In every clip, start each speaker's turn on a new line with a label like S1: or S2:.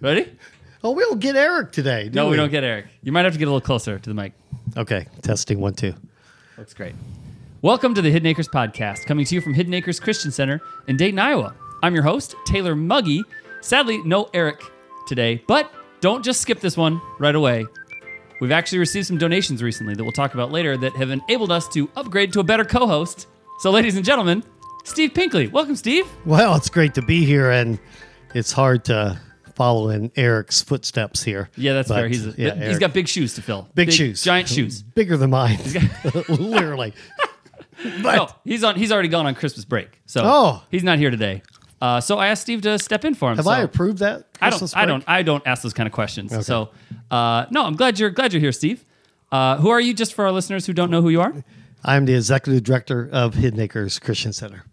S1: Ready?
S2: Oh, we'll get Eric today.
S1: No, we don't get Eric. You might have to get a little closer to the mic.
S2: Okay, testing one two.
S1: Looks great. Welcome to the Hidden Acres Podcast, coming to you from Hidden Acres Christian Center in Dayton, Iowa. I'm your host, Taylor Muggy. Sadly, no Eric today, but don't just skip this one right away. We've actually received some donations recently that we'll talk about later that have enabled us to upgrade to a better co host. So, ladies and gentlemen, Steve Pinkley. Welcome, Steve.
S2: Well, it's great to be here, and it's hard to follow in Eric's footsteps here.
S1: Yeah, that's
S2: But,
S1: fair. He's, a,
S2: yeah,
S1: he's
S2: Eric.
S1: got big shoes to fill.
S2: big, shoes,
S1: Giant shoes.
S2: bigger than mine, literally. but
S1: No, he's on. He's already gone on Christmas break, so
S2: Oh.
S1: he's not here today. Uh, so I asked Steve to step in for him.
S2: have
S1: so-
S2: I approved that?
S1: I don't.
S2: Christmas
S1: I
S2: break?
S1: don't. I don't ask those kind of questions. So, uh, no, I'm glad you're glad you're here, Steve. Uh, who are you? Just for our listeners who don't know who you are,
S2: I'm the executive director of Hidden Acres Christian Center.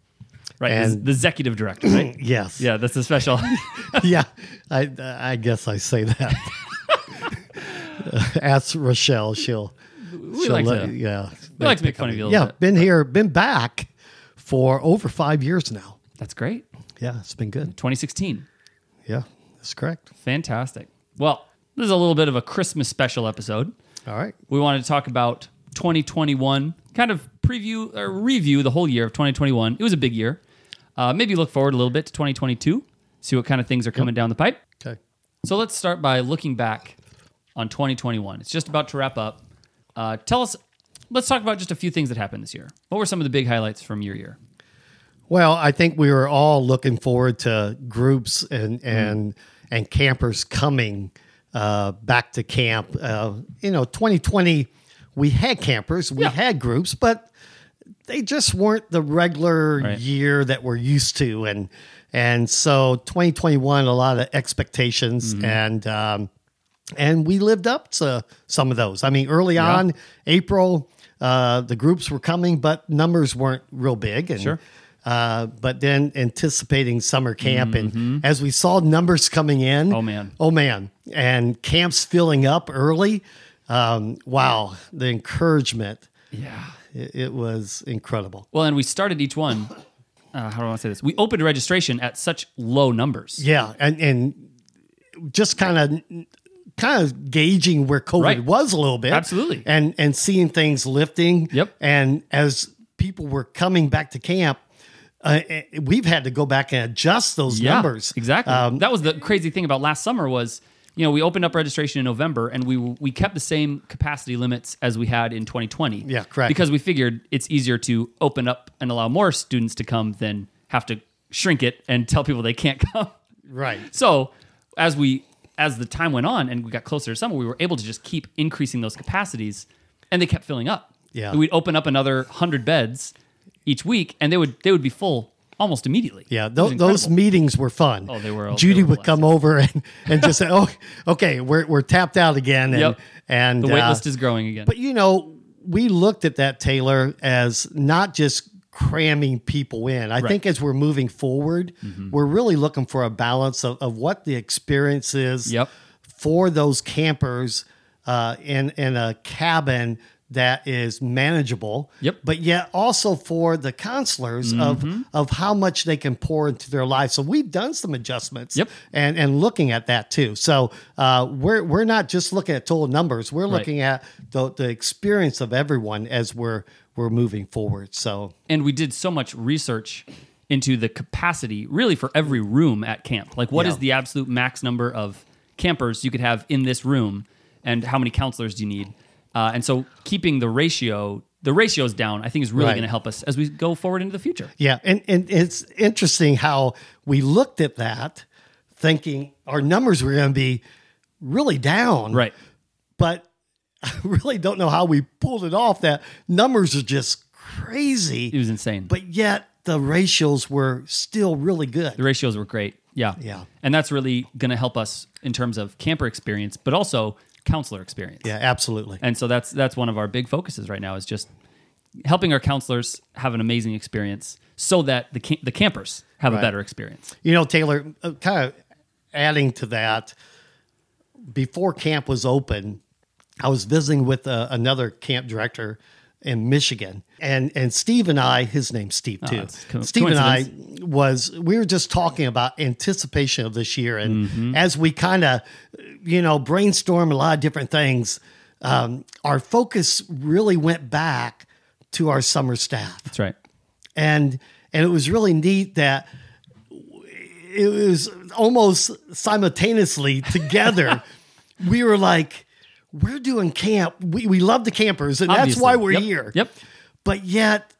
S1: right?
S2: And-
S1: the executive director, right?
S2: Yes.
S1: yeah, that's a special.
S2: yeah. I I guess I say that. Ask Rochelle. She'll.
S1: we like
S2: let-
S1: to.
S2: yeah.
S1: We like to make fun of you a little
S2: Yeah,
S1: bit.
S2: been here, been back for over five years now.
S1: That's great.
S2: Yeah, it's been good.
S1: 2016,
S2: Yeah, that's correct.
S1: fantastic. Well, this is a little bit of a Christmas special episode.
S2: All right.
S1: we wanted to talk about 2021, kind of preview or review the whole year of 2021. It was a big year. Uh, maybe look forward a little bit to 2022, see what kind of things are coming down the pipe.
S2: Okay.
S1: So let's start by looking back on 2021. It's just about to wrap up. Uh, tell us, let's talk about just a few things that happened this year. What were some of the big highlights from your year?
S2: Well, I think we were all looking forward to groups and
S1: Mm.
S2: and and campers coming uh, back to camp. Uh, you know, 2020, we had campers, we
S1: Yeah.
S2: had groups, but they just weren't the regular
S1: Right.
S2: year that we're used to, and and so 2021, a lot of expectations
S1: Mm-hmm.
S2: and. Um, and we lived up to some of those. I mean, early on, April, uh, the groups were coming, but numbers weren't real big. And,
S1: Sure.
S2: Uh, but then anticipating summer camp, and as we saw numbers coming in,
S1: Mm-hmm. Oh, man.
S2: oh man, and camps filling up early. Um, wow, the encouragement.
S1: Yeah.
S2: It, it was incredible.
S1: Well, and we started each one. Uh, how do I want to say this? We opened registration at such low numbers.
S2: Yeah, and and just kind of kind of gauging where COVID
S1: Right.
S2: was a little bit,
S1: Absolutely.
S2: and and seeing things lifting.
S1: Yep.
S2: And as people were coming back to camp, uh, eh, we've had to go back and adjust those numbers
S1: Exactly.
S2: Um,
S1: that was the crazy thing about last summer was, you know, we opened up registration in November and we we kept the same capacity limits as we had in 2020.
S2: Yeah, correct.
S1: Because we figured it's easier to open up and allow more students to come than have to shrink it and tell people they can't come.
S2: Uh, right.
S1: So as we as the time went on and we got closer to summer, we were able to just keep increasing those capacities, and they kept filling up.
S2: Yeah.
S1: And we'd open up another hundred beds each week, and they would they would be full almost immediately.
S2: Yeah,
S1: It was
S2: those, those
S1: incredible.
S2: meetings were fun.
S1: Oh, they were- they
S2: Judy
S1: were
S2: would come over and, and just say, "Oh, okay, we're, we're tapped out again." And,
S1: Yep.
S2: and
S1: the wait
S2: uh,
S1: list is growing again.
S2: But you know, we looked at that Taylor as not just cramming people in. I think as we're moving forward,
S1: Mm-hmm.
S2: we're really looking for a balance of, of what the experience is
S1: Yep.
S2: for those campers uh, in in a cabin that is manageable.
S1: Yep. Mm-hmm.
S2: But yet also for the counselors of of how much they can pour into their lives. So we've done some adjustments.
S1: Yep.
S2: And and looking at that too. So uh, we're we're not just looking at total numbers. We're looking at the, the experience of everyone as we're we're moving forward. So
S1: and we did so much research into the capacity really for every room at camp like what is
S2: Yeah.
S1: the absolute max number of campers you could have in this room and how many counselors do you need uh, and so keeping the ratio the ratios down i think is really
S2: Right.
S1: going to help us as we go forward into the future
S2: yeah, and and it's interesting how we looked at that, thinking our numbers were going to be really down.
S1: right
S2: but I really don't know how we pulled it off. That numbers are just
S1: it
S2: crazy,
S1: was insane
S2: but yet the ratios were still really
S1: the
S2: good.
S1: ratios were great yeah
S2: Yeah.
S1: and that's really going to help us in terms of camper experience but also counselor experience
S2: Yeah, absolutely.
S1: and so that's that's one of our big focuses right now is just helping our counselors have an amazing experience so that the cam- the campers have a better experience
S2: You know, Taylor, uh, kind of adding to that, before camp was open, I was visiting with uh, another camp director in Michigan. And and Steve and I, his name's Steve too.
S1: Ah, it's co-
S2: Steve and I
S1: coincidence.
S2: was we were just talking about anticipation of this year, and
S1: Mm-hmm.
S2: as we kind of you know brainstorm a lot of different things, um, our focus really went back to our summer staff
S1: That's right.
S2: and and it was really neat that it was almost simultaneously together we were like we're doing camp we, we love the campers and that's
S1: Obviously.
S2: why we're
S1: Yep.
S2: here
S1: Yep.
S2: but yet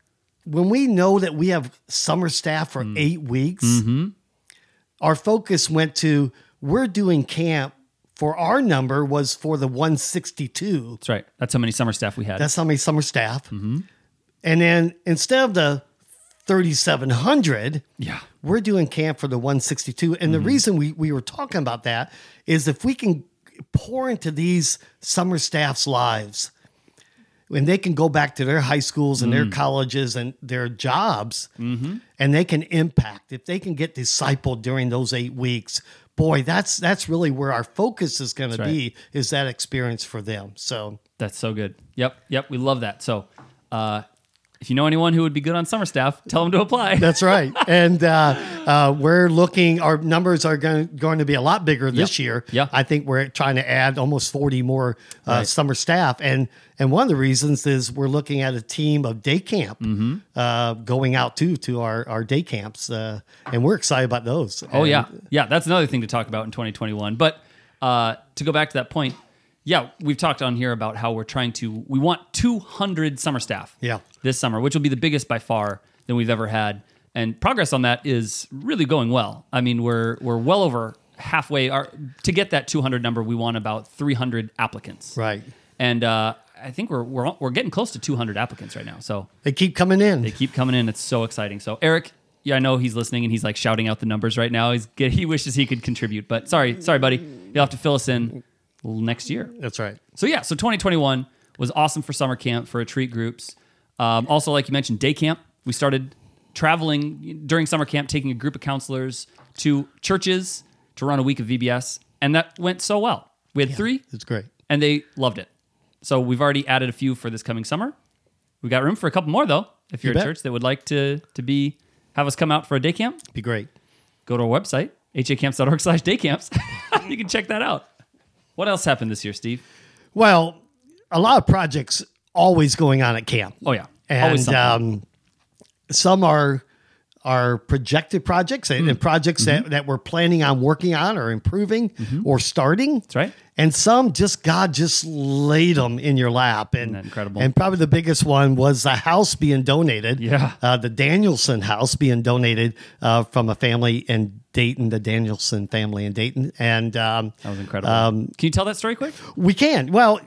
S2: when we know that we have summer staff
S1: Mm.
S2: for eight weeks
S1: Mm-hmm.
S2: our focus went to we're doing camp for our number was for the 162
S1: That's right. That's how many summer staff we had.
S2: that's how many summer staff.
S1: Mm-hmm.
S2: And then instead of the 3,700,
S1: yeah. Mm-hmm.
S2: we're doing camp for the 162. And the reason we, we were talking about that is if we can pour into these summer staff's lives, when they can go back to their high schools and their
S1: Mm.
S2: colleges and their jobs,
S1: Mm-hmm.
S2: and they can impact. If they can get discipled during those eight weeks, boy, that's that's really where our focus is going to
S1: right.
S2: be is that experience for them. So
S1: That's so good. Yep. Yep. We love that. So, uh, if you know anyone who would be good on summer staff, tell them to apply.
S2: That's right. And uh, uh, we're looking, our numbers are going, going to be a lot bigger this year.
S1: Yeah.
S2: I think we're trying to add almost 40 more uh, summer staff. And, and one of the reasons is we're looking at a team of day camp
S1: Mm-hmm.
S2: uh, going out too to our, our day camps. Uh, and we're excited about those.
S1: Oh yeah,
S2: uh,
S1: yeah. That's another thing to talk about in 2021. But uh, to go back to that point, yeah, we've talked on here about how we're trying to. We want 200 summer staff.
S2: Yeah.
S1: This summer, which will be the biggest by far than we've ever had, and progress on that is really going well. I mean, we're we're well over halfway. Our, to get that 200 number, we want about 300 applicants.
S2: Right.
S1: And uh, I think we're, we're we're getting close to 200 applicants right now. So
S2: They keep coming in.
S1: they keep coming in. It's so exciting. So Eric, yeah, I know he's listening and he's like shouting out the numbers right now. He's get, he wishes he could contribute, but sorry, sorry, buddy, you'll have to fill us in next year.
S2: That's right.
S1: So yeah, so 2021 was awesome for summer camp for retreat groups. Um, also, like you mentioned, day camp. We started traveling during summer camp, taking a group of counselors to churches to run a week of VBS, and that went so well. We had three
S2: It's great.
S1: and they loved it. So we've already added a few for this coming summer. We got room for a couple more though. If you're
S2: You
S1: a
S2: bet.
S1: church that would like to to be have us come out for a day camp,
S2: Be great.
S1: go to our website hacamps.org slash daycamps. you can check that out. What else happened this year, Steve?
S2: Well, a lot of projects always going on at camp.
S1: Oh yeah, always
S2: and
S1: something.
S2: um, some are are projected projects and,
S1: Mm-hmm.
S2: and projects that, that we're planning on working on or improving or starting. That's
S1: Mm-hmm. right.
S2: And some just God just laid them in your lap. And
S1: that incredible?
S2: And probably the biggest one was the house being donated.
S1: Yeah.
S2: Uh, the Danielson house being donated uh, from a family in Dayton, the Danielson family in Dayton. And um,
S1: that was incredible. can you tell that story quick?
S2: we can. Well,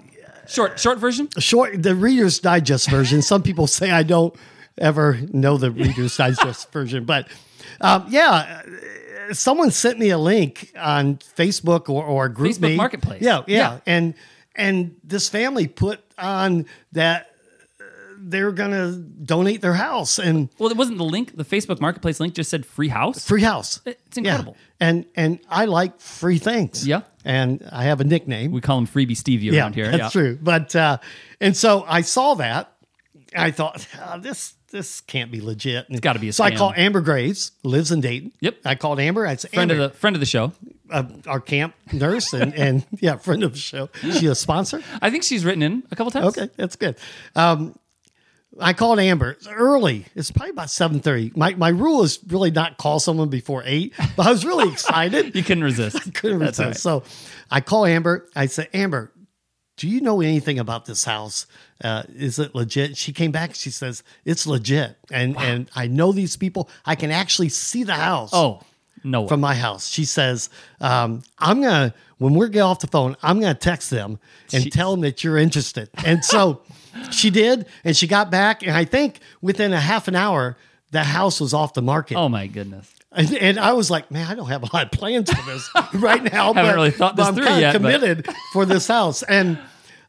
S1: Short short version.
S2: short the reader's digest version some people say i don't ever know the reader's digest version but um, yeah uh, someone sent me a link on facebook or, or group
S1: Facebook Marketplace.
S2: yeah, yeah
S1: Yeah.
S2: and and this family put on that uh, they're gonna donate their house and
S1: Well, it wasn't the link. The Facebook Marketplace link just said free house.
S2: free house
S1: It's incredible.
S2: yeah. and and i like free things
S1: Yeah.
S2: and i have a nickname
S1: We call him freebie Stevie around here.
S2: That's
S1: yeah.
S2: true. But uh, and so I saw that. and I thought "Ah, this this can't be legit. It's
S1: gotta be a
S2: So I
S1: scam.
S2: call Amber Graves, lives in Dayton.
S1: Yep.
S2: I called Amber. I said,
S1: Friend
S2: Amber,
S1: of the friend of the show.
S2: uh, our camp nurse and, and yeah, friend of the show. She a sponsor.
S1: I think she's written in a couple times.
S2: Okay, that's good. Um, I called Amber It's early. It's probably about seven thirty. My my rule is really not call someone before eight, but I was really excited
S1: You couldn't resist.
S2: couldn't
S1: That's all right.
S2: resist. So I call Amber. I said, Amber, do you know anything about this house? Uh, is it legit? She came back. She says it's legit, and and I know these people. I can actually see the house
S1: Oh no. way.
S2: from my house. She says, um, I'm gonna when we get off the phone, I'm gonna text them and tell them that you're interested. And so she did, and she got back, and I think within a half an hour. The house was off the market.
S1: Oh my goodness.
S2: And, and I was like, man, I don't have a lot of plans for this right now.
S1: Haven't really thought this
S2: but I'm
S1: through
S2: kinda
S1: yet, but-
S2: Committed for this house, and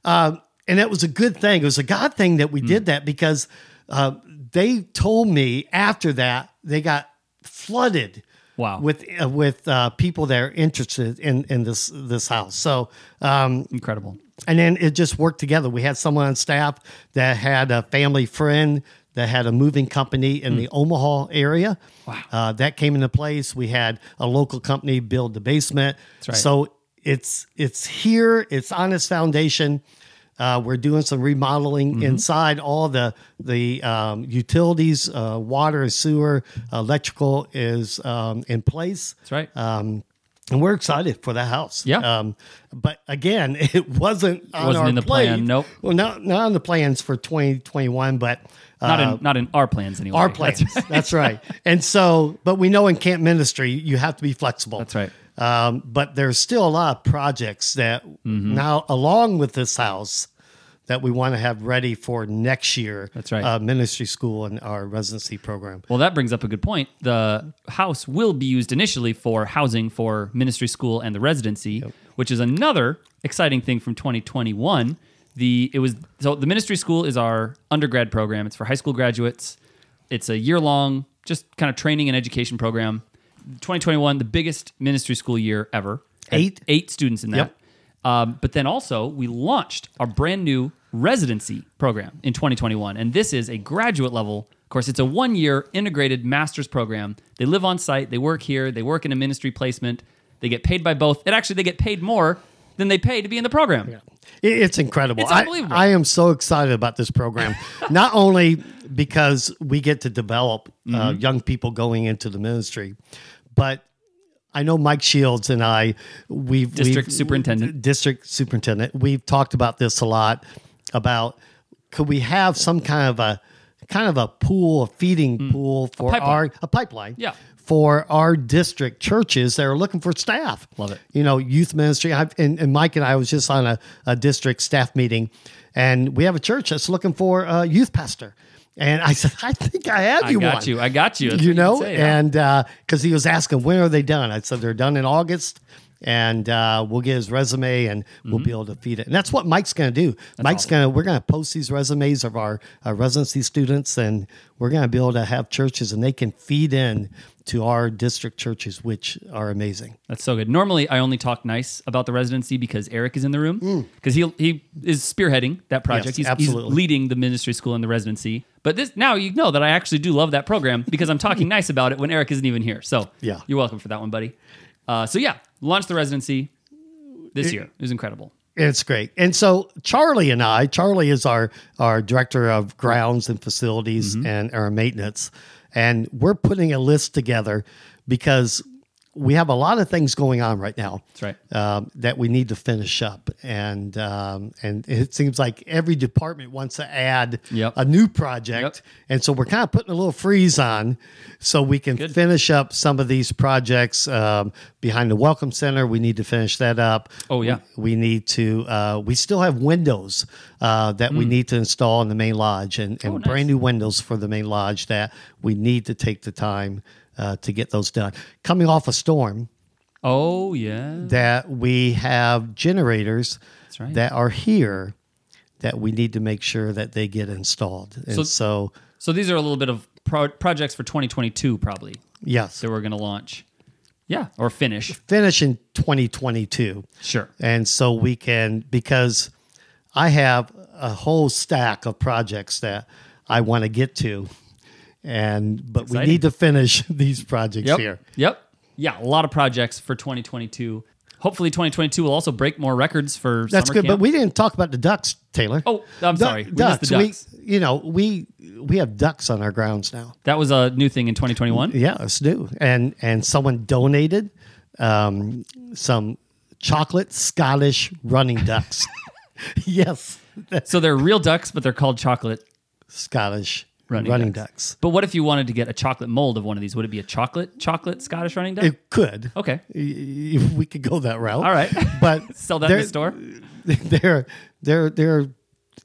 S2: um, and that was a good thing. It was a God thing that we
S1: Hmm.
S2: did that because uh, they told me after that they got flooded.
S1: Wow.
S2: With uh, with uh, people that are interested in in this this house, so um,
S1: Incredible.
S2: and then it just worked together. We had someone on staff that had a family friend that had a moving company in the Omaha area. Hmm. Wow. Uh, that came into place. We had a local company build the basement. That's
S1: right.
S2: So it's it's here. It's on its foundation. Uh, we're doing some remodeling inside all the the um, utilities, uh, water, sewer, electrical is um, in place.
S1: That's right.
S2: Um, and we're excited for that house.
S1: Yeah.
S2: Um, but again, it wasn't on
S1: Wasn't
S2: our
S1: in the
S2: plate.
S1: plan, nope.
S2: Well, not not on the plans for 2021, but uh,
S1: not in not in our plans anyway.
S2: our
S1: That's-
S2: plans. That's right. And so, but we know in camp ministry you have to be flexible.
S1: That's right.
S2: Um, but there's still a lot of projects that
S1: Mm-hmm.
S2: now, along with this house, that we want to have ready for next year.
S1: That's right.
S2: Uh, ministry school and our residency program.
S1: Well, that brings up a good point. The house will be used initially for housing for ministry school and the residency, which is another exciting thing from 2021. The it was so the ministry school is our undergrad program. It's for high school graduates. It's a year long, just kind of training and education program. 2021, the biggest ministry school year ever. Had
S2: Eight?
S1: eight students in that.
S2: Yep.
S1: Um, but then also, we launched our brand new residency program in 2021. And this is a graduate level. Of course, it's a one year integrated master's program. They live on site, they work here, they work in a ministry placement, they get paid by both. And actually, they get paid more than they pay to be in the program.
S2: It- It's incredible.
S1: It's
S2: I-
S1: unbelievable.
S2: I, am so excited about this program, not only because we get to develop uh,
S1: Mm-hmm.
S2: young people going into the ministry, but I know Mike Shields and I, we've
S1: District
S2: we've-
S1: superintendent.
S2: district superintendent. We've talked about this a lot about could we have some kind of a kind of a pool, a feeding pool for
S1: Mm. pipeline.
S2: our a pipeline
S1: Yeah.
S2: for our district churches that are looking for staff.
S1: Love it.
S2: You know, youth ministry. I've, and, and Mike and I was just on a, a district staff meeting, and we have a church that's looking for a youth pastor. And I said, I think I have
S1: I
S2: you
S1: got
S2: one
S1: you. I got you. That's
S2: you
S1: what
S2: know,
S1: say, yeah.
S2: and because he was asking when are they done, I said they're done in August, and uh, we'll get his resume and we'll
S1: Mm-hmm.
S2: be able to feed it. And that's what Mike's going to do. Mike's going to we're going to post these resumes of our, uh residency students, and we're going to be able to have churches and they can feed in to our district churches, which are amazing.
S1: That's so good. Normally, I only talk nice about the residency because Eric is in the room because he he is spearheading that project.
S2: Mm. Yes,
S1: he's, he's
S2: absolutely.
S1: leading the ministry school and the residency. But this now you know that I actually do love that program because I'm talking nice about it when Eric isn't even here. So
S2: Yeah.
S1: you're welcome for that one, buddy. Uh, so yeah, launched the residency this year. It was incredible.
S2: It's great. And so Charlie and I, Charlie is our our director of grounds and facilities
S1: Mm-hmm.
S2: and our maintenance. And we're putting a list together because we have a lot of things going on right now.
S1: That's right.
S2: Um, that we need to finish up, and um, and it seems like every department wants to add
S1: Yep.
S2: a new project, and so we're kind of putting a little freeze on, so we can finish up some of these projects um, behind the Welcome Center. We need to finish that up.
S1: Oh, yeah.
S2: We, we need to. Uh, we still have windows uh, that we need to install in the main lodge, and, and
S1: Mm. Oh, nice.
S2: brand new windows for the main lodge that we need to take the time uh, to get those done. Coming off a storm,
S1: Oh yeah,
S2: that we have generators
S1: right.
S2: that are here that we need to make sure that they get installed, and so,
S1: so these are a little bit of pro- projects for 2022 probably
S2: yes,
S1: that we're going to launch. Yeah, or finish.
S2: finish in 2022.
S1: Sure.
S2: And so we can, because I have a whole stack of projects that I want to get to. And, but we
S1: Exciting.
S2: need to finish these projects
S1: yep.
S2: here.
S1: Yep. Yeah, a lot of projects for 2022. Hopefully, 2022 will also break more records for.
S2: That's
S1: summer
S2: good.
S1: camp.
S2: But we didn't talk about the ducks, Taylor.
S1: Oh, I'm
S2: Du-
S1: sorry. We missed the
S2: ducks. We-
S1: ducks.
S2: you know, we, we have ducks on our grounds now.
S1: that was a new thing in 2021.
S2: Yeah, it's new. And and someone donated um, some chocolate Scottish running ducks. yes, that's
S1: So they're real ducks, but they're called chocolate.
S2: Scottish
S1: Running
S2: running,
S1: ducks.
S2: ducks.
S1: But what if you wanted to get a chocolate mold of one of these? Would it be a chocolate chocolate Scottish running duck?
S2: It could.
S1: okay.
S2: Y- y- We could go that route.
S1: All right.
S2: But
S1: Sell that in the
S2: they're-
S1: store.
S2: They're they're they're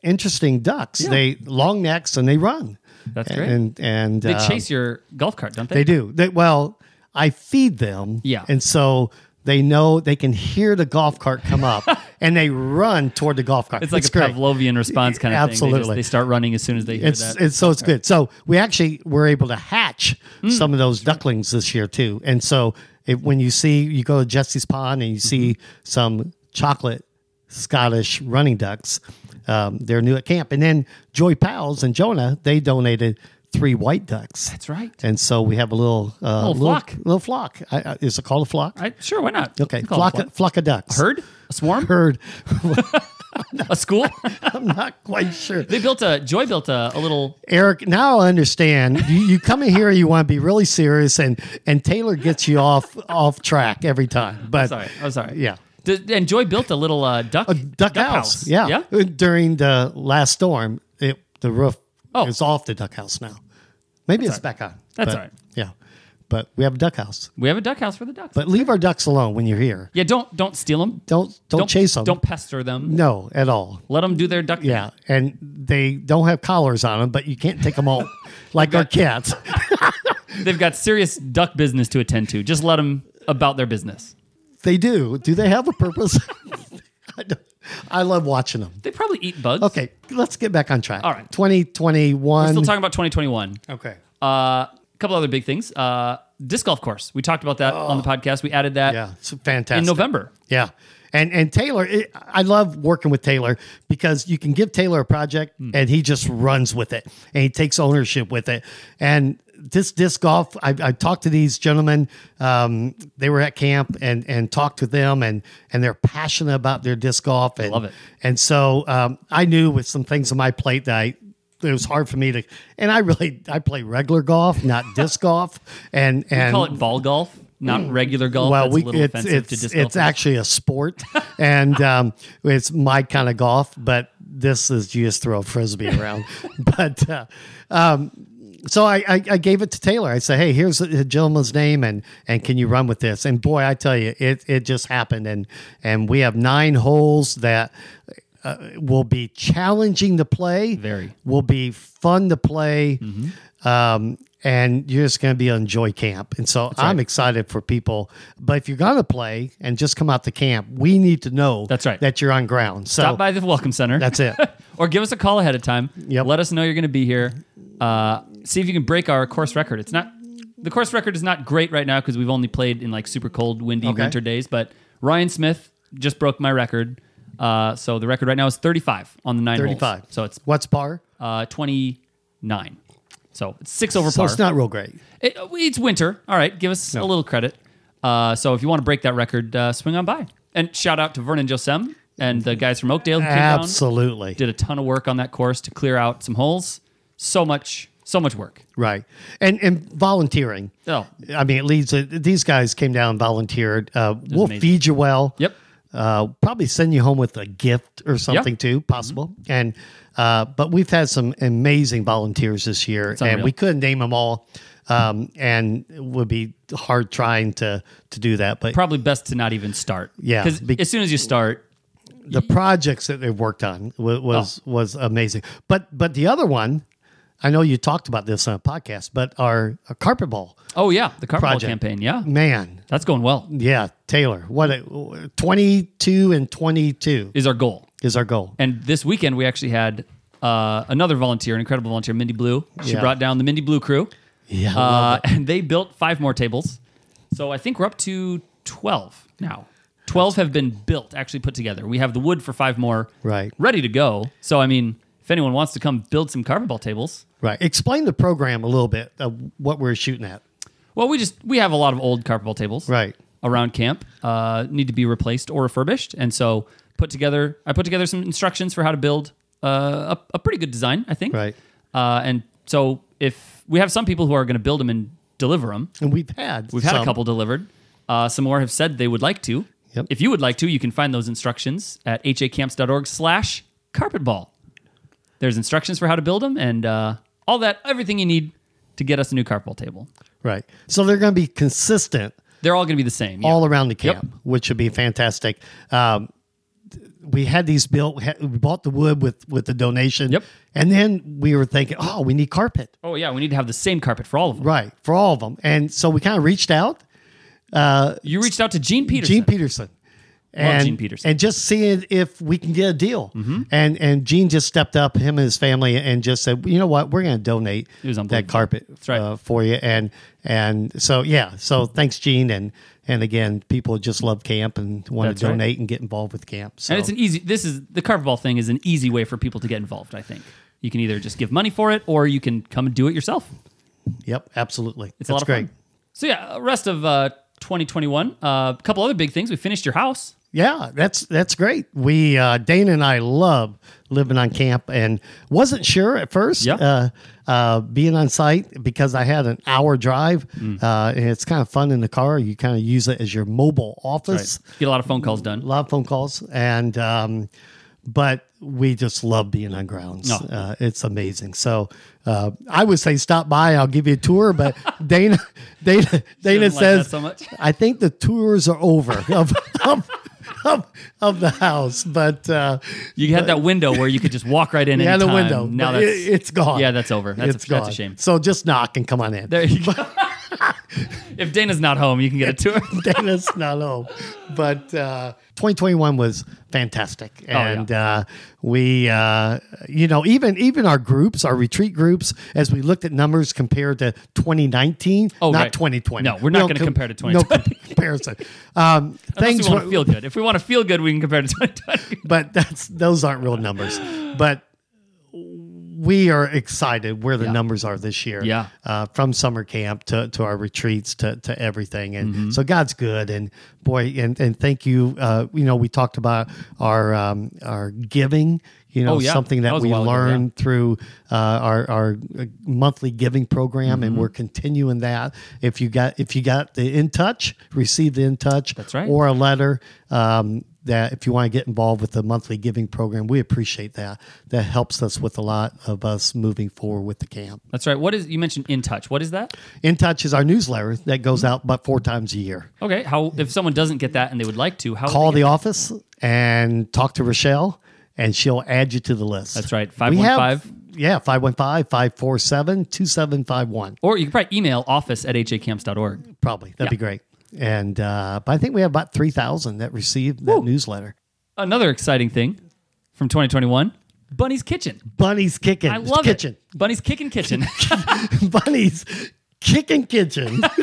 S2: interesting ducks. They long necks and they run.
S1: That's great.
S2: And and uh,
S1: They chase your golf cart, don't they?
S2: Um, They do. They, well, I feed them.
S1: Yeah.
S2: And so they know they can hear the golf cart come up and they run toward the golf cart.
S1: it's like a
S2: great.
S1: Pavlovian response kind of thing. They, just,
S2: Absolutely.
S1: they start running as soon as they hear
S2: It's,
S1: that.
S2: it's so it's good. So we actually were able to hatch
S1: Hmm.
S2: some of those ducklings this year too.
S1: Mm-hmm.
S2: And so it, when you see you go to Jesse's pond and you see some chocolate Scottish running ducks. Um, they're new at camp. And then Joy Powell's and Jonah, they donated three white ducks.
S1: That's right.
S2: And so we have a little, uh,
S1: Little flock.
S2: Little, flock. I, I, is it called a flock?
S1: I, sure, why not?
S2: okay,
S1: You can call it
S2: flock,
S1: a
S2: of- flock of ducks.
S1: Herd? A swarm?
S2: Herd.
S1: A school?
S2: I'm not quite sure.
S1: they built a, Joy built a, a little,
S2: Eric, now I understand. You, you come in here, you want to be really serious, and and Taylor gets you off off track every time. But
S1: sorry, I'm sorry.
S2: yeah.
S1: Did, and Joy built a little uh, duck,
S2: duck, house. Yeah. Uh,
S1: Yeah.
S2: During the last storm, it, the roof
S1: Oh.
S2: is off the duck house now. Maybe it's back on.
S1: That's
S2: but-
S1: all right.
S2: Yeah. But we have a duck house.
S1: We have a duck house for the ducks.
S2: But leave our ducks alone when you're here.
S1: yeah, don't don't steal them.
S2: Don't don't, chase them.
S1: Don't pester them.
S2: No, at all.
S1: Let them do their duck.
S2: Yeah, and they don't have collars on them, but you can't take them home like our cats.
S1: They've got serious duck business to attend to. Just let them about their business.
S2: They do. Do they have a purpose? I, don't- I love watching them.
S1: They probably eat bugs.
S2: Okay, let's get back on track.
S1: All right.
S2: twenty twenty one.
S1: Still talking about 2021.
S2: okay.
S1: A couple other big things. Uh, disc golf course. We talked about that on the podcast. We added that
S2: Oh. Yeah, it's fantastic.
S1: in November.
S2: Yeah. And and Taylor, it, I love working with Taylor because you can give Taylor a project
S1: Hmm.
S2: and he just runs with it and he takes ownership with it. And this disc golf, I, I talked to these gentlemen. Um, they were at camp and and talked to them and and they're passionate about their disc golf. And,
S1: love it.
S2: And so um, I knew with some things on my plate that I. It was hard for me to, and I really I play regular golf, not disc golf, and and
S1: Call it ball golf, not regular golf. That's a little offensive
S2: Mm. it's,
S1: to disc golf.
S2: it's actually a sport, and um, it's my kind of golf. But this is you just throw a frisbee around. but uh, um, so I, I, I gave it to Taylor. I said, "Hey, here's a gentleman's name, and and can you run with this?" And boy, I tell you, it it just happened, and and we have nine holes that. Uh, will be challenging to play.
S1: Very. Mm-hmm.
S2: Will be fun to play um, and you're just going to be on joy camp. And so I'm excited for people. But if you're going to play and just come out to camp, we need to know
S1: That's right.
S2: that you're on ground. So
S1: Stop by the welcome center.
S2: that's it.
S1: or give us a call ahead of time.
S2: Yep.
S1: Let us know you're going to be here. Uh, see if you can break our course record. It's not the course record is not great right now because we've only played in like super cold, windy
S2: Okay.
S1: winter days. But Ryan Smith just broke my record. Uh, so the record right now is 35 on the nine holes.
S2: 35.
S1: So it's
S2: What's par?
S1: uh, 29. So it's six over
S2: So
S1: par.
S2: it's not real great.
S1: It- it's winter. All right, give us a little credit. Uh, so if you want to break that record, uh, swing on by. And shout out to Vernon Josem and the guys from Oakdale who came down
S2: Absolutely.
S1: did a ton of work on that course to clear out some holes. So much, so much work.
S2: Right. And and volunteering.
S1: Oh,
S2: I mean, it leads. These guys came down and volunteered. Uh, we'll
S1: amazing.
S2: feed you well.
S1: Yep.
S2: Uh, probably send you home with a gift or something
S1: Mm-hmm.
S2: too, possible. And uh, but we've had some amazing volunteers this year, and
S1: unreal.
S2: we couldn't name them all, um, and it would be hard trying to to do that. But
S1: probably best to not even start.
S2: Yeah,
S1: because
S2: be-
S1: as soon as you start,
S2: the projects that they've worked on was was,
S1: Oh.
S2: was amazing. But but the other one, I know you talked about this on a podcast, but our, our carpet ball
S1: oh yeah, the carnival
S2: Project.
S1: campaign, yeah,
S2: man.
S1: that's going well.
S2: Yeah, Taylor. What a, 22 and 22
S1: Is our goal.
S2: is our goal.
S1: And this weekend we actually had uh, another volunteer, an incredible volunteer, Mindy Blue. She
S2: Yeah.
S1: brought down the Mindy Blue crew,
S2: Yeah.
S1: uh, and they built five more tables. So I think we're up to twelve now. Twelve have been built, actually put together. We have the wood for five more,
S2: Right.
S1: ready to go. So I mean, if anyone wants to come build some carpet ball tables,
S2: right. Explain the program a little bit of what we're shooting at.
S1: Well, we just we have a lot of old carpet ball tables
S2: Right.
S1: around camp uh, need to be replaced or refurbished, and so put together. I put together some instructions for how to build uh, a, a pretty good design, I think.
S2: Right.
S1: Uh, and so if we have some people who are going to build them and deliver them,
S2: And we've had
S1: we've had a
S2: some-
S1: couple delivered. Uh, some more have said they would like to.
S2: Yep.
S1: If you would like to, you can find those instructions at hacamps.org/slash carpetball. There's instructions for how to build them and uh, all that, everything you need to get us a new carpet ball table.
S2: Right. So they're going to be consistent
S1: They're all going to be the same. yeah.
S2: all around the
S1: Yep.
S2: camp, which would be fantastic. Um, th- we had these built. We, had, we bought the wood with with the donation.
S1: Yep.
S2: And then we were thinking, oh, we need carpet.
S1: Oh yeah, we need to have the same carpet for all of them.
S2: Right. For all of them. And so we kind of reached out
S1: You reached out to Gene Peterson.
S2: Gene Peterson. And,
S1: Gene Peterson. Mm-hmm.
S2: and just seeing if we can get a deal. And and Gene just stepped up, him and his family, and just said, you know what, we're going to donate
S1: was
S2: that
S1: unbelievable.
S2: carpet
S1: right.
S2: uh, for you. And and so yeah, so thanks, Gene, and And again, people just love camp and want
S1: That's
S2: to
S1: right.
S2: donate and get involved with camp. So
S1: And it's an easy. This is the carver ball thing is an easy way for people to get involved. I think you can either just give money for it, or you can come and do it yourself.
S2: yep, absolutely.
S1: It's
S2: That's
S1: a lot of
S2: great.
S1: fun. So yeah, uh, rest of uh, 2021. A couple other big things. We finished your house.
S2: Yeah, that's that's great. We uh, Dana and I love living on camp, and wasn't sure at first
S1: Yeah.
S2: uh, uh, being on site because I had an hour drive, uh, and it's kind of fun in the car. You kind of use it as your mobile office.
S1: Get a lot of phone calls done.
S2: A lot of phone calls, and um, but we just love being on grounds.
S1: No.
S2: Uh, it's amazing. So uh, I would say stop by. I'll give you a tour, but Dana Dana Dana
S1: like
S2: says
S1: that so much.
S2: I think the tours are over of of, of, of the house, but uh,
S1: You had that window where you could just walk right in.
S2: yeah, the
S1: anytime.
S2: window.
S1: Now
S2: but
S1: that's
S2: it, it's gone.
S1: Yeah, that's over. That's,
S2: It's
S1: a, that's
S2: gone.
S1: a shame.
S2: So just knock and come on in.
S1: There you go. if Dana's not home, you can get a tour.
S2: Dennis Nalo. But uh, 2021 was fantastic,
S1: Oh, yeah.
S2: and uh, we, uh, you know, even even our groups, our retreat groups, as we looked at numbers compared to 2019,
S1: Oh,
S2: not
S1: right.
S2: 2020.
S1: No, we're not
S2: don't
S1: gonna
S2: com-
S1: compare to
S2: No
S1: 2020.
S2: comparison. Um,
S1: Unless we
S2: things
S1: want to
S2: were-
S1: feel good. If we want to feel good, we can compare to 2020.
S2: but that's those aren't real numbers. But we are excited where the numbers are this year.
S1: Yeah.
S2: Uh, from summer camp to, to our retreats to, to everything. And
S1: Mm-hmm.
S2: so God's good. And boy, and, and thank you. Uh, you know, we talked about our, um, our giving, you know,
S1: Oh, yeah.
S2: something
S1: That
S2: that,
S1: was a
S2: we
S1: while ago,
S2: learned through uh, our, our uh, monthly giving program. And
S1: Mm-hmm.
S2: we're continuing that. If you got, if you got the in touch, receive the in touch
S1: That's right.
S2: or a letter um, that if you want to get involved with the monthly giving program, we appreciate that. That helps us with a lot of us moving forward with the camp.
S1: That's right. What is you mentioned in touch? What is that?
S2: In Touch is our newsletter that goes out about four times a year.
S1: Okay. How if someone doesn't get that and they would like to, how
S2: Call the office and talk to Rochelle, and she'll add you to the list.
S1: That's right.
S2: We have-
S1: 515.
S2: Yeah, 515 547 2751.
S1: or you can probably email office at hacamps.org.
S2: Probably. That'd be great. And uh, but I think we have about 3,000 that received that newsletter.
S1: Another exciting thing from 2021 Bunny's Kitchen.
S2: Bunny's kicking.
S1: I love
S2: kitchen.
S1: it. Bunny's Kicking Kitchen.
S2: Bunny's kicking kitchen.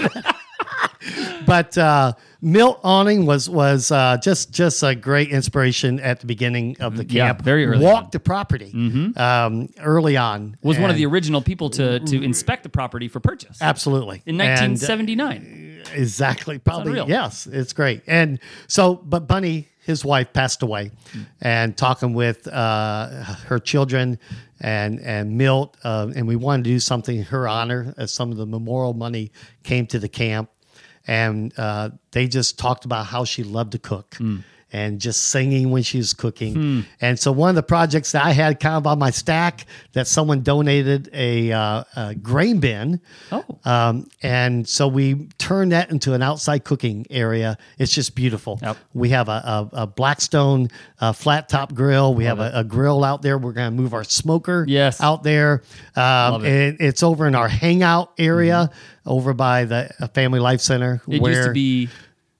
S2: but uh, Milt Awning was was uh, just just a great inspiration at the beginning of the
S1: Mm-hmm. Yeah,
S2: camp.
S1: very early Mm-hmm.
S2: Walked the property um, early on.
S1: was one of
S2: And-
S1: the original people to to inspect the property for purchase
S2: absolutely
S1: in
S2: And- uh,
S1: 1979.
S2: Exactly. Probably.
S1: unreal.
S2: yes, it's great. And so, but Bunny, his wife, passed away, and talking with uh, her children and and Milt, uh, and we wanted to do something in her honor as some of the memorial money came to the camp, and uh, they just talked about how she loved to cook. And just singing when she was cooking, and so one of the projects that I had kind of on my stack that someone donated a, uh, a grain bin,
S1: Oh.
S2: um, and so we turn that into an outside cooking area. It's just beautiful.
S1: Yep.
S2: We have a, a, a Blackstone uh, flat top grill. We have a, a grill out there. We're going to move our smoker
S1: Yes.
S2: out there. Um,
S1: it. Mm-hmm.
S2: and it's over in our hangout area over by the uh, Family Life Center
S1: It
S2: where
S1: used to be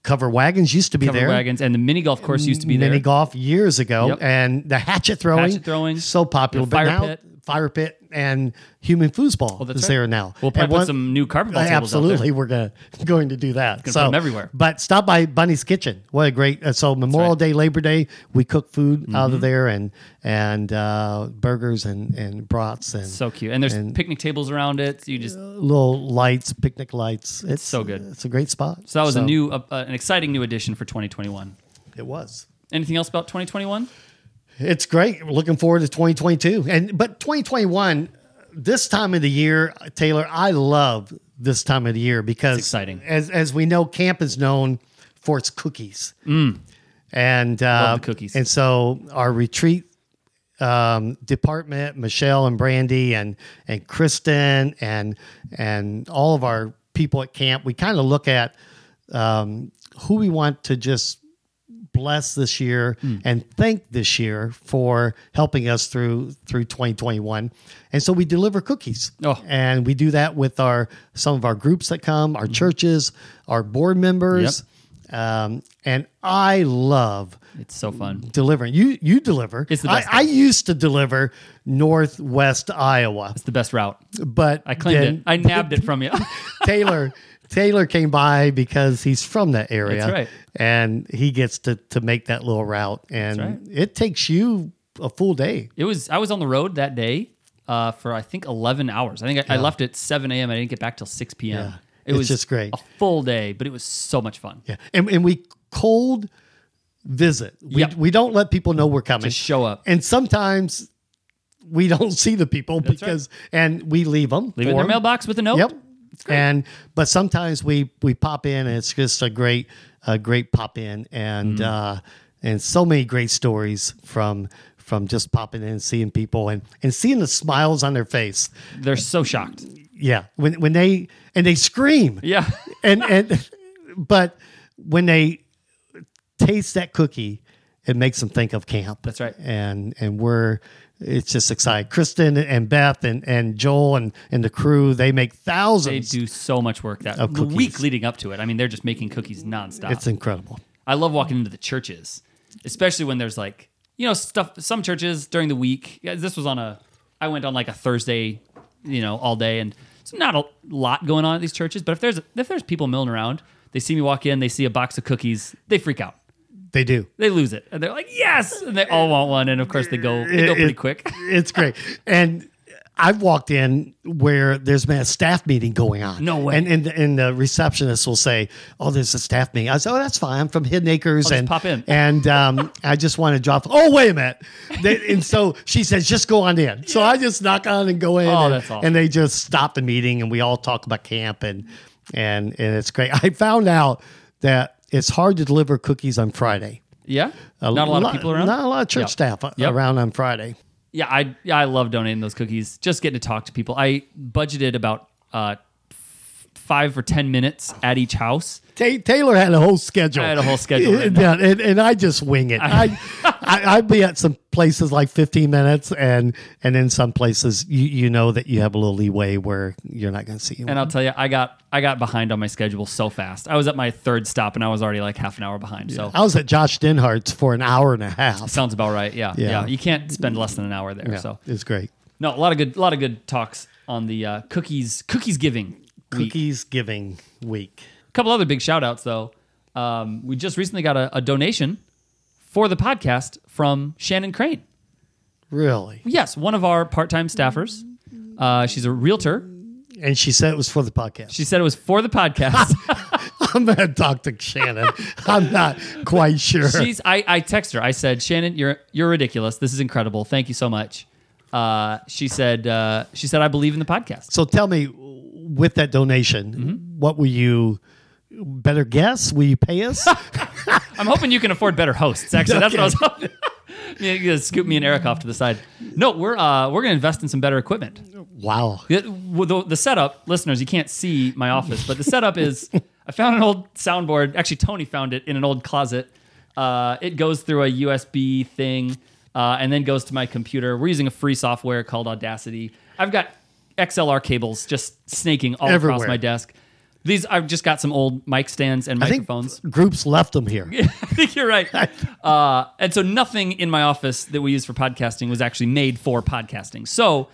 S2: cover wagons used to be
S1: covered
S2: there.
S1: wagons, and the mini golf course used to be
S2: mini
S1: there.
S2: golf years ago,
S1: Yep.
S2: and the hatchet throwing,
S1: Hatchet throwing,
S2: so popular.
S1: the
S2: but
S1: fire
S2: now,
S1: pit.
S2: fire pit, and human foosball
S1: Oh, that's
S2: is
S1: right.
S2: there now.
S1: We'll probably
S2: And
S1: put
S2: one-
S1: some new carpet ball
S2: uh,
S1: tables out there.
S2: Absolutely, we're gonna going to do that.
S1: put 'em everywhere.
S2: But stop by Bunny's Kitchen. What a great! Uh, so Memorial
S1: right. Mm-hmm.
S2: Day, Labor Day, we cook food out of there and and uh, burgers and and brats and
S1: So cute. And there's picnic tables around it. So you just
S2: little lights, picnic lights. It's
S1: so good.
S2: It's a great spot.
S1: so that was a new, uh, uh, an exciting new addition for 2021.
S2: It was.
S1: Anything else about 2021?
S2: It's great. We're looking forward to 2022. And but 2021, this time of the year, Taylor, I love this time of the year because
S1: exciting.
S2: As as we know, camp is known for its cookies. And
S1: Mm.
S2: uh,
S1: the cookies.
S2: And so our retreat um, department, Michelle and Brandy and and Kristen and and all of our people at camp, we kind of look at um, who we want to just bless this year
S1: Hmm.
S2: and thank this year for helping us through through 2021 and so we deliver cookies
S1: Oh.
S2: and we do that with our some of our groups that come
S1: Hmm.
S2: our churches our board members um, and i love
S1: It's so fun.
S2: delivering you you deliver
S1: It's the best
S2: I, I used to deliver northwest iowa
S1: It's the best route.
S2: but
S1: I claimed it. I nabbed it from you.
S2: Taylor Taylor came by because he's from that area.
S1: That's right.
S2: And he gets to to make that little route. And
S1: right.
S2: it takes you a full day.
S1: It was I was on the road that day uh, for I think eleven hours. I think I, I left at seven a.m. I didn't get back till six p.m.
S2: Yeah.
S1: It
S2: It's
S1: was
S2: just great.
S1: a full day, but it was so much fun.
S2: Yeah. And and we cold visit. We
S1: Yep.
S2: we don't let people know we're coming.
S1: Just show up.
S2: and sometimes we don't see the people
S1: That's right.
S2: because and we leave them
S1: Leave it in their mailbox with a note.
S2: Yep. And but sometimes we we pop in and it's just a great a great pop in
S1: Mm-hmm.
S2: and uh and so many great stories from from just popping in and seeing people and and seeing the smiles on their face.
S1: They're so shocked.
S2: Yeah. When when they and they scream
S1: Yeah.
S2: and and but when they taste that cookie, it makes them think of camp.
S1: That's right.
S2: And and we're it's just exciting. Kristen and Beth and, and Joel and, and the crew, they make
S1: They
S2: thousands.
S1: do so much work that
S2: Of
S1: the
S2: cookies.
S1: week leading up to it. I mean, they're just making cookies nonstop.
S2: It's incredible.
S1: I love walking into the churches, especially when there's like, you know, stuff. Some churches during the week. yeah, This was on a. I went on like a Thursday, you know, all day, and it's not a lot going on at these churches. But if there's if there's people milling around, they see me walk in, they see a box of cookies, they freak out,
S2: They do.
S1: they lose it, and they're like, yes, and they all want one, and of course they go they go pretty quick.
S2: It's great. And I've walked in where there's been a staff meeting going on.
S1: No way.
S2: And and, and the receptionist will say, "Oh, there's a staff meeting." I said, "Oh, that's fine. I'm from Hidden Acres, and
S1: pop in."
S2: And um, I just want to drop. Oh, wait a minute. They, and so she says, "Just go on in." So I just knock on and go in,
S1: Oh,
S2: and,
S1: that's awesome.
S2: and they just stop the meeting, and we all talk about camp, and and and it's great. I found out that it's hard to deliver cookies on Friday.
S1: Yeah, not a lot of people around.
S2: Not a lot of church
S1: Yeah.
S2: staff uh,
S1: Yep.
S2: around on Friday.
S1: yeah, I yeah, I love donating those cookies. Just getting to talk to people. I budgeted about uh, f- five or ten minutes at each house.
S2: Ta Taylor had a whole schedule.
S1: I had a whole schedule, didn't
S2: Yeah, and, and I just wing it. I, I I'd be at some places like 15 minutes, and and in some places you you know that you have a little leeway where you're not going to see him.
S1: And I'll tell you, I got I got behind on my schedule so fast. I was at my third stop and I was already like half an hour behind. So
S2: I was at Josh Denhart's for an hour and a half.
S1: sounds about right. Yeah, yeah,
S2: Yeah.
S1: You can't spend less than an hour there.
S2: Yeah,
S1: So
S2: it's great.
S1: no, a lot of good, a lot of good talks on the uh, cookies cookies giving. week.
S2: Cookies Giving Week.
S1: A couple other big shout outs though. Um, we just recently got a, a donation for the podcast from Shannon Crane.
S2: Really?
S1: Yes, one of our part time staffers. Uh, she's a realtor.
S2: And she said it was for the podcast.
S1: She said it was for the podcast.
S2: I'm going to talk to Shannon. I'm not quite sure.
S1: She's. I, I text her. I said, Shannon, you're you're ridiculous. This is incredible. Thank you so much. Uh, she said. Uh, she said, I believe in the podcast.
S2: So tell me, with that donation,
S1: Mm-hmm.
S2: what were you? Better guess? Will you pay us?
S1: I'm hoping you can afford better hosts. Actually, that's what I was hoping. Yeah, you gotta scoop me and Eric off to the side. No, we're uh, we're gonna invest in some better equipment.
S2: wow.
S1: The, well, the, the setup, listeners, you can't see my office, but the setup is I found an old soundboard. Actually, Tony found it in an old closet. Uh, it goes through a USB thing uh, and then goes to my computer. We're using a free software called Audacity. I've got XLR cables just snaking all across
S2: Everywhere.
S1: my desk. These I've just got some old mic stands and
S2: I think
S1: microphones.
S2: groups left them here.
S1: I think you're right. Uh, and so nothing in my office that we use for podcasting was actually made for podcasting. So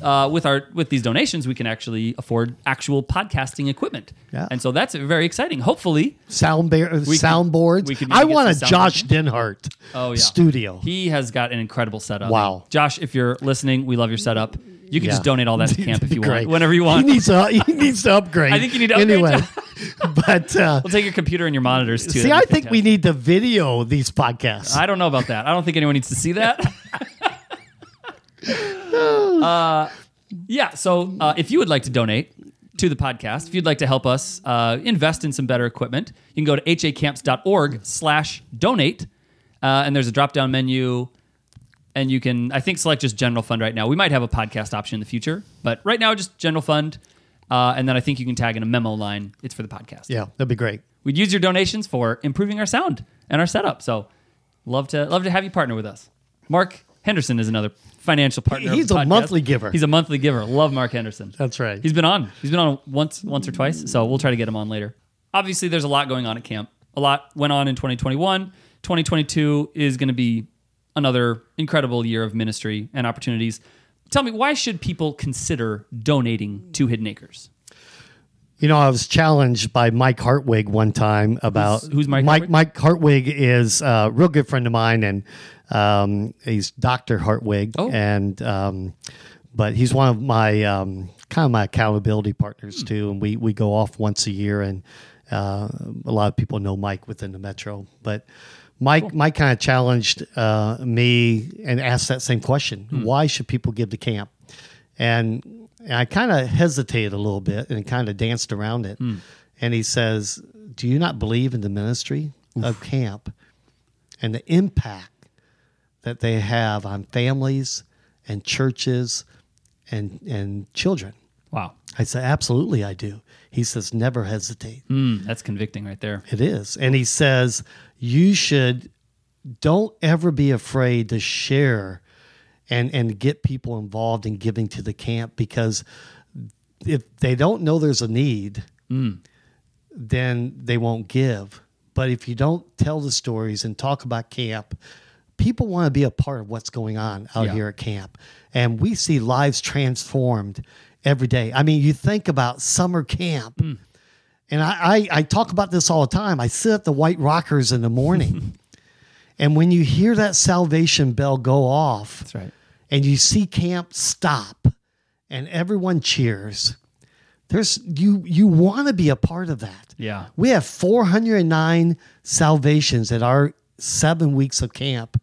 S1: uh, with our with these donations, we can actually afford actual podcasting equipment.
S2: Yeah.
S1: And so that's very exciting. Hopefully,
S2: Sound bear, soundboards.
S1: we could maybe
S2: I
S1: get
S2: want a
S1: some soundboards.
S2: Josh Denhart
S1: oh yeah,
S2: studio.
S1: He has got an incredible setup.
S2: Wow.
S1: Josh, if you're listening, we love your setup. You can
S2: Yeah.
S1: just donate all that to camp if you
S2: Great.
S1: want, whenever you want.
S2: He needs to, he needs to upgrade.
S1: I think you need to upgrade,
S2: Anyway, but uh,
S1: we'll take your computer and your monitors too.
S2: see, I
S1: That'd be
S2: think we
S1: fantastic.
S2: need to video these podcasts.
S1: I don't know about that. I don't think anyone needs to see that. uh, yeah. So uh, if you would like to donate to the podcast, if you'd like to help us uh, invest in some better equipment, you can go to hacamps.org slash donate. Uh, and there's a drop down menu. And you can, I think, select just general fund right now. We might have a podcast option in the future, but right now, just general fund. Uh, and then I think you can tag in a memo line. It's for the podcast
S2: yeah, that'd be great.
S1: we'd use your donations for improving our sound and our setup. So love to love to have you partner with us. Mark Henderson is another financial partner. of
S2: He's
S1: the
S2: a
S1: podcast.
S2: monthly giver.
S1: He's a monthly giver. Love Mark Henderson.
S2: That's right.
S1: He's been on. He's been on once once or twice. So we'll try to get him on later. Obviously, there's a lot going on at camp. A lot went on in 2021. 2022 is going to be another incredible year of ministry and opportunities. Tell me, why should people consider donating to Hidden Acres?
S2: You know, I was challenged by Mike Hartwig one time about
S1: Who's- who's Mike
S2: Mike
S1: Hartwig?
S2: Mike Hartwig is a real good friend of mine, and um, he's Doctor Hartwig,
S1: Oh.
S2: and um, but he's one of my um, kind of my accountability partners
S1: Hmm.
S2: too, and we we go off once a year, and uh, a lot of people know Mike within the metro, but. Mike, Mike kind of challenged uh, me and asked that same question:
S1: Hmm.
S2: Why should people give to camp? and I kind of hesitated a little bit and kind of danced around it. And he says, "Do you not believe in the ministry of camp and the impact that they have on families and churches and and children?"
S1: Wow.
S2: I said, "Absolutely, I do." He says, "Never hesitate."
S1: Mm, that's convicting right there.
S2: It is. And he says, you should don't ever be afraid to share and and get people involved in giving to the camp because if they don't know there's a need,
S1: Mm.
S2: then they won't give. But if you don't tell the stories and talk about camp, people want to be a part of what's going on out
S1: Yeah.
S2: here at camp. And we see lives transformed every day. I mean, you think about summer camp.
S1: Mm.
S2: And I, I, I talk about this all the time. I sit at the White Rockers in the morning. and when you hear that salvation bell go off,
S1: That's right.
S2: and you see camp stop and everyone cheers there's you you want to be a part of that
S1: Yeah.
S2: we have 409 salvations at our seven weeks of camp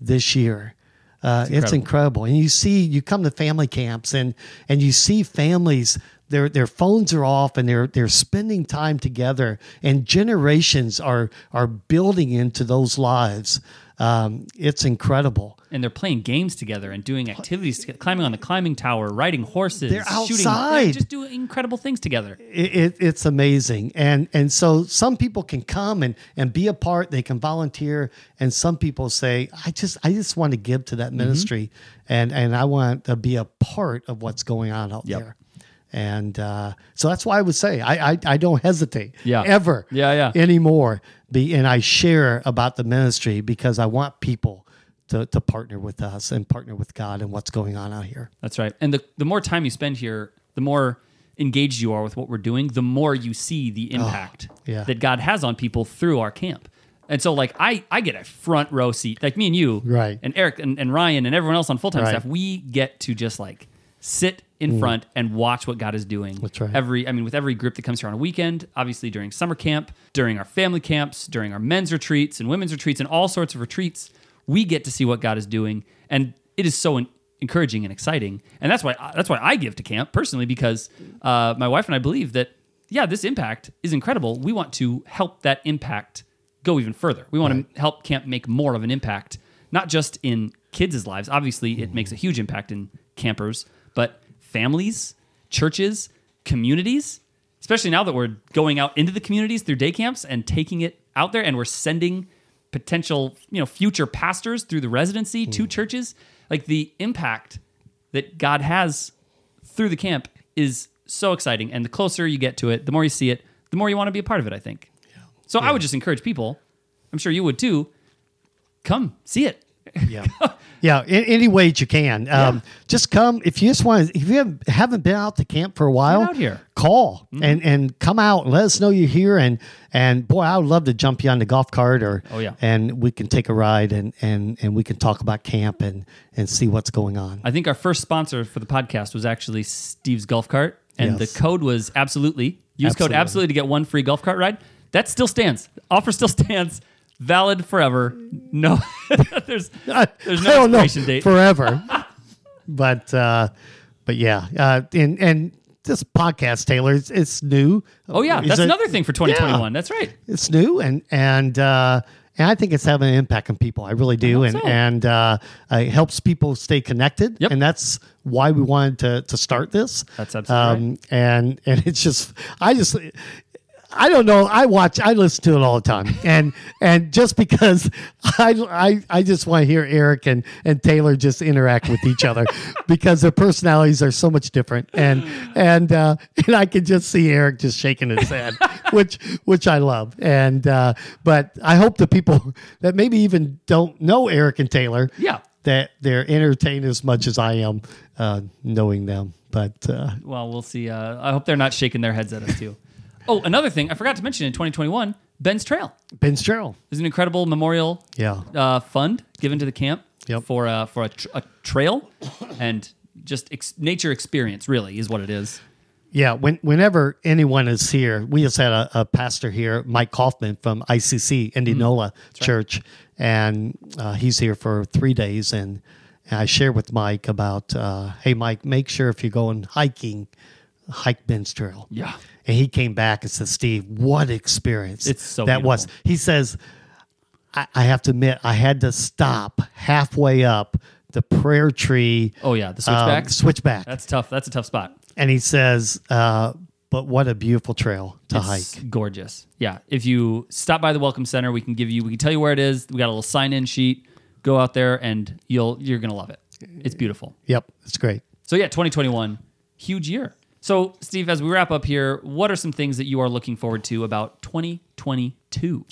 S2: this year uh, Mm. it's incredible and you see you come to family camps and and you see families their their phones are off and they're they're spending time together and generations are are building into those lives um, it's incredible
S1: And they're playing games together and doing activities, together, climbing on the climbing tower, riding horses,
S2: They're
S1: shooting,
S2: outside.
S1: just doing incredible things together.
S2: it, it, it's amazing and and so some people can come and and be a part they can volunteer and some people say i just i just want to give to
S1: Mm-hmm.
S2: that ministry and and i want to be a part of what's going on out there and uh, so that's why I would say I I, I don't hesitate
S1: Yeah.
S2: ever
S1: Yeah, yeah.
S2: anymore. Be, and I share about the ministry because I want people to, to partner with us and partner with God and what's going on out here.
S1: That's right. And the, the more time you spend here, the more engaged you are with what we're doing, the more you see the impact
S2: Oh, yeah.
S1: that God has on people through our camp. And so like I, I get a front row seat. Like me and you
S2: Right.
S1: and Eric and, and Ryan and everyone else on full time
S2: Right. Mm.
S1: staff, we get to just like sit in front and watch what God is doing.
S2: That's right.
S1: Every I mean with every group that comes here on a weekend, obviously during summer camp, during our family camps, during our men's retreats and women's retreats and all sorts of retreats, we get to see what God is doing and it is so en- encouraging and exciting. And that's why uh, that's why I give to camp personally because uh, my wife and I believe that yeah, this impact is incredible. We want to help that impact go even further. We want to help camp make more of an impact, not just in kids' lives. Obviously, it makes a huge impact in campers, but families, churches, communities, especially now that we're going out into the communities through day camps and taking it out there and we're sending potential, you know, future pastors through the residency to churches, like the impact that God has through the camp is so exciting. And the closer you get to it, the more you see it, the more you want to be a part of it, I think. So I would just encourage people, I'm sure you would too, come see it.
S2: yeah yeah in, any way that you can um, just come if you just want to if you haven't- haven't been out to camp for a while
S1: out here. Mm-hmm.
S2: call and and come out and let us know you're here and and boy i would love to jump you on the golf cart or
S1: Oh, yeah.
S2: and we can take a ride and and and we can talk about camp and and see what's going on
S1: I think our first sponsor for the podcast was actually Steve's golf cart, and
S2: Yes.
S1: the code was absolutely use code
S2: Absolutely.
S1: absolutely to get one free golf cart ride. That still stands. Offer still stands. Valid forever. No, there's there's no expiration date.
S2: forever but uh but yeah uh and and this podcast taylor it's, it's new
S1: oh yeah, that's another thing
S2: thing.
S1: for 2021. That's right.
S2: it's new and and uh, and I think it's having an impact on people. I really do,
S1: I
S2: and
S1: hope so.
S2: and uh, it helps people stay connected.
S1: Yep.
S2: And that's why we wanted to to start this. Um,
S1: That's absolutely
S2: And and it's just I just. I don't know. I watch. I listen to it all the time, and and just because I I, I just want to hear Eric and, and Taylor just interact with each other because their personalities are so much different, and and uh, and I can just see Eric just shaking his head, which which I love, and uh, but I hope the people that maybe even don't know Eric and Taylor,
S1: Yeah.
S2: that they're entertained as much as I am uh, knowing them, but. Uh,
S1: Well, we'll see. Uh, I hope they're not shaking their heads at us too. Oh, another thing I forgot to mention in 2021, Ben's Trail.
S2: Ben's Trail.
S1: There's an incredible memorial
S2: Yeah.
S1: uh, fund given to the camp
S2: Yep.
S1: for uh, for a, tr- a trail and just ex- nature experience. Really is what it is.
S2: Yeah, when, whenever anyone is here, we just had a, a pastor here, Mike Kaufman from ICC,
S1: Mm-hmm.
S2: Indianola Church, and uh, he's here for three days. And, and I shared with Mike about, uh, hey, Mike, make sure if you're going hiking, hike Ben's Trail.
S1: Yeah.
S2: And he came back and said, Steve, what experience
S1: It's so
S2: that was.
S1: beautiful.
S2: He says, I, I have to admit, I had to stop halfway up the prayer tree.
S1: Oh yeah, the
S2: um,
S1: switchback.
S2: switchback
S1: That's tough. That's a tough spot.
S2: and he says, uh, "But what a beautiful trail to
S1: It's
S2: hike."
S1: gorgeous. Yeah. If you stop by the welcome center, we can give you. We can tell you where it is. We got a little sign in sheet. Go out there and you'll you're gonna love it. It's beautiful.
S2: Yep, it's great.
S1: So yeah, 2021, huge year. So Steve, as we wrap up here, what are some things that you are looking forward to about 2022?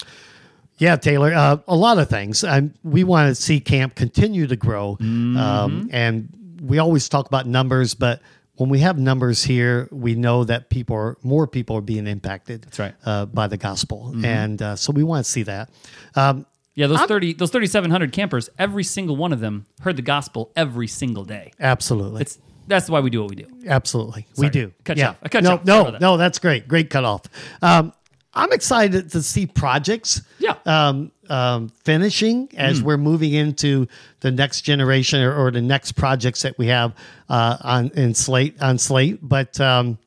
S2: Yeah, Taylor, uh, a lot of things. Um, we want to see camp continue to grow, um, and we always talk about numbers, but when we have numbers here, we know that people are more people are being impacted. That's
S1: right.
S2: uh, by the gospel, and uh, so we want to see that. Um,
S1: Yeah, those thirty, those thirty-seven hundred campers, every single one of them heard the gospel every single day.
S2: absolutely,
S1: It's that's why we do what we do.
S2: Absolutely, we do.
S1: Cut you off. I cut you
S2: no,
S1: off. Sorry
S2: no,
S1: about that.
S2: no. That's great. Great cutoff. Um, I'm excited to see projects.
S1: Yeah. Hmm.
S2: Um, um, finishing as we're moving into the next generation or, or the next projects that we have uh, on in slate on slate, but. Um,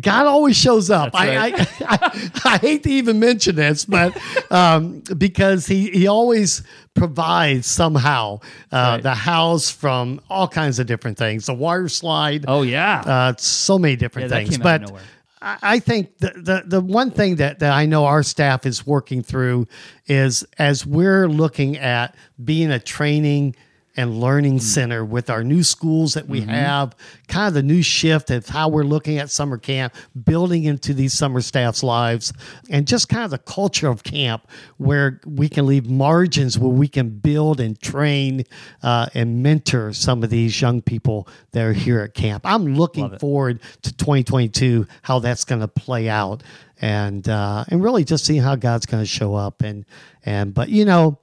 S2: God always shows up.
S1: That's
S2: I,
S1: right.
S2: I, I I hate to even mention this, but um, because he he always provides somehow uh,
S1: Right.
S2: the house from all kinds of different things, the water slide,
S1: Oh yeah,
S2: uh, so many different
S1: Yeah, that
S2: things.
S1: came out of
S2: but
S1: nowhere.
S2: I I think the, the the one thing that, that I know our staff is working through is as we're looking at being a training and
S1: Hmm.
S2: learning center with our new schools that
S1: Mm-hmm.
S2: we have, kind of the new shift of how we're looking at summer camp, building into these summer staff's lives, and just kind of the culture of camp where we can leave margins where we can build and train uh, and mentor some of these young people that are here at camp. I'm looking forward to 2022, how that's going to play out, and uh, and really just seeing how God's going to show up. And and but you know.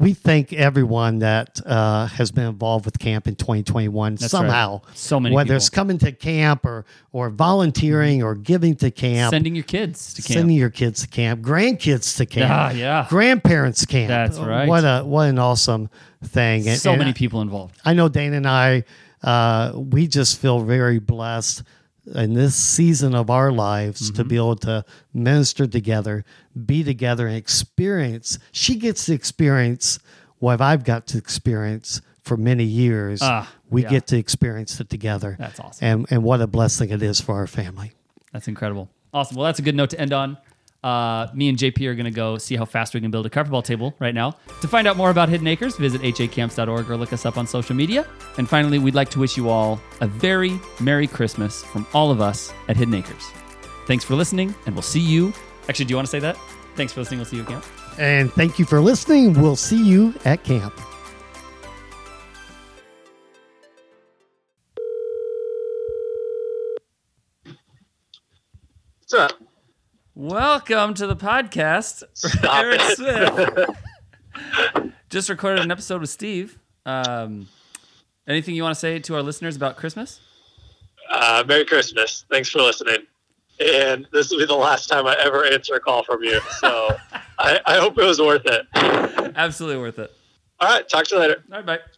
S2: We thank everyone that uh, has been involved with camp in 2021
S1: right.
S2: somehow.
S1: So many
S2: whether it's
S1: people.
S2: coming to camp or or volunteering or giving to camp,
S1: sending your kids to camp.
S2: sending your kids to camp, grandkids to camp,
S1: Ah, yeah.
S2: grandparents camp.
S1: That's right.
S2: What a what an awesome thing. And-
S1: so
S2: and
S1: many
S2: I-
S1: people involved.
S2: I know Dana and I, uh, we just feel very blessed in this season of our lives
S1: Mm-hmm.
S2: to be able to minister together, be together, and experience. She gets to experience what I've got to experience for many years.
S1: Ah,
S2: we
S1: yeah.
S2: get to experience it together.
S1: That's awesome.
S2: And, and what a blessing it is for our family.
S1: That's incredible. Awesome. Well, that's a good note to end on. Uh, me and JP are going to go see how fast we can build a carpet ball table right now. To find out more about Hidden Acres, visit hacamps.org or look us up on social media. And finally, we'd like to wish you all a very Merry Christmas from all of us at Hidden Acres. Thanks for listening, and we'll see you. Actually, do you want to say that? Thanks for listening. We'll see you at camp.
S2: And thank you for listening. We'll see you at camp.
S3: What's up?
S1: Welcome to the podcast,
S3: Stop
S1: Eric
S3: it.
S1: Smith. Just recorded an episode with Steve. Um, anything you want to say to our listeners about Christmas?
S3: Uh, Merry Christmas. Thanks for listening. And this will be the last time I ever answer a call from you. So I, I hope it was worth it.
S1: Absolutely worth it.
S3: All right. Talk to you later.
S1: All right, bye.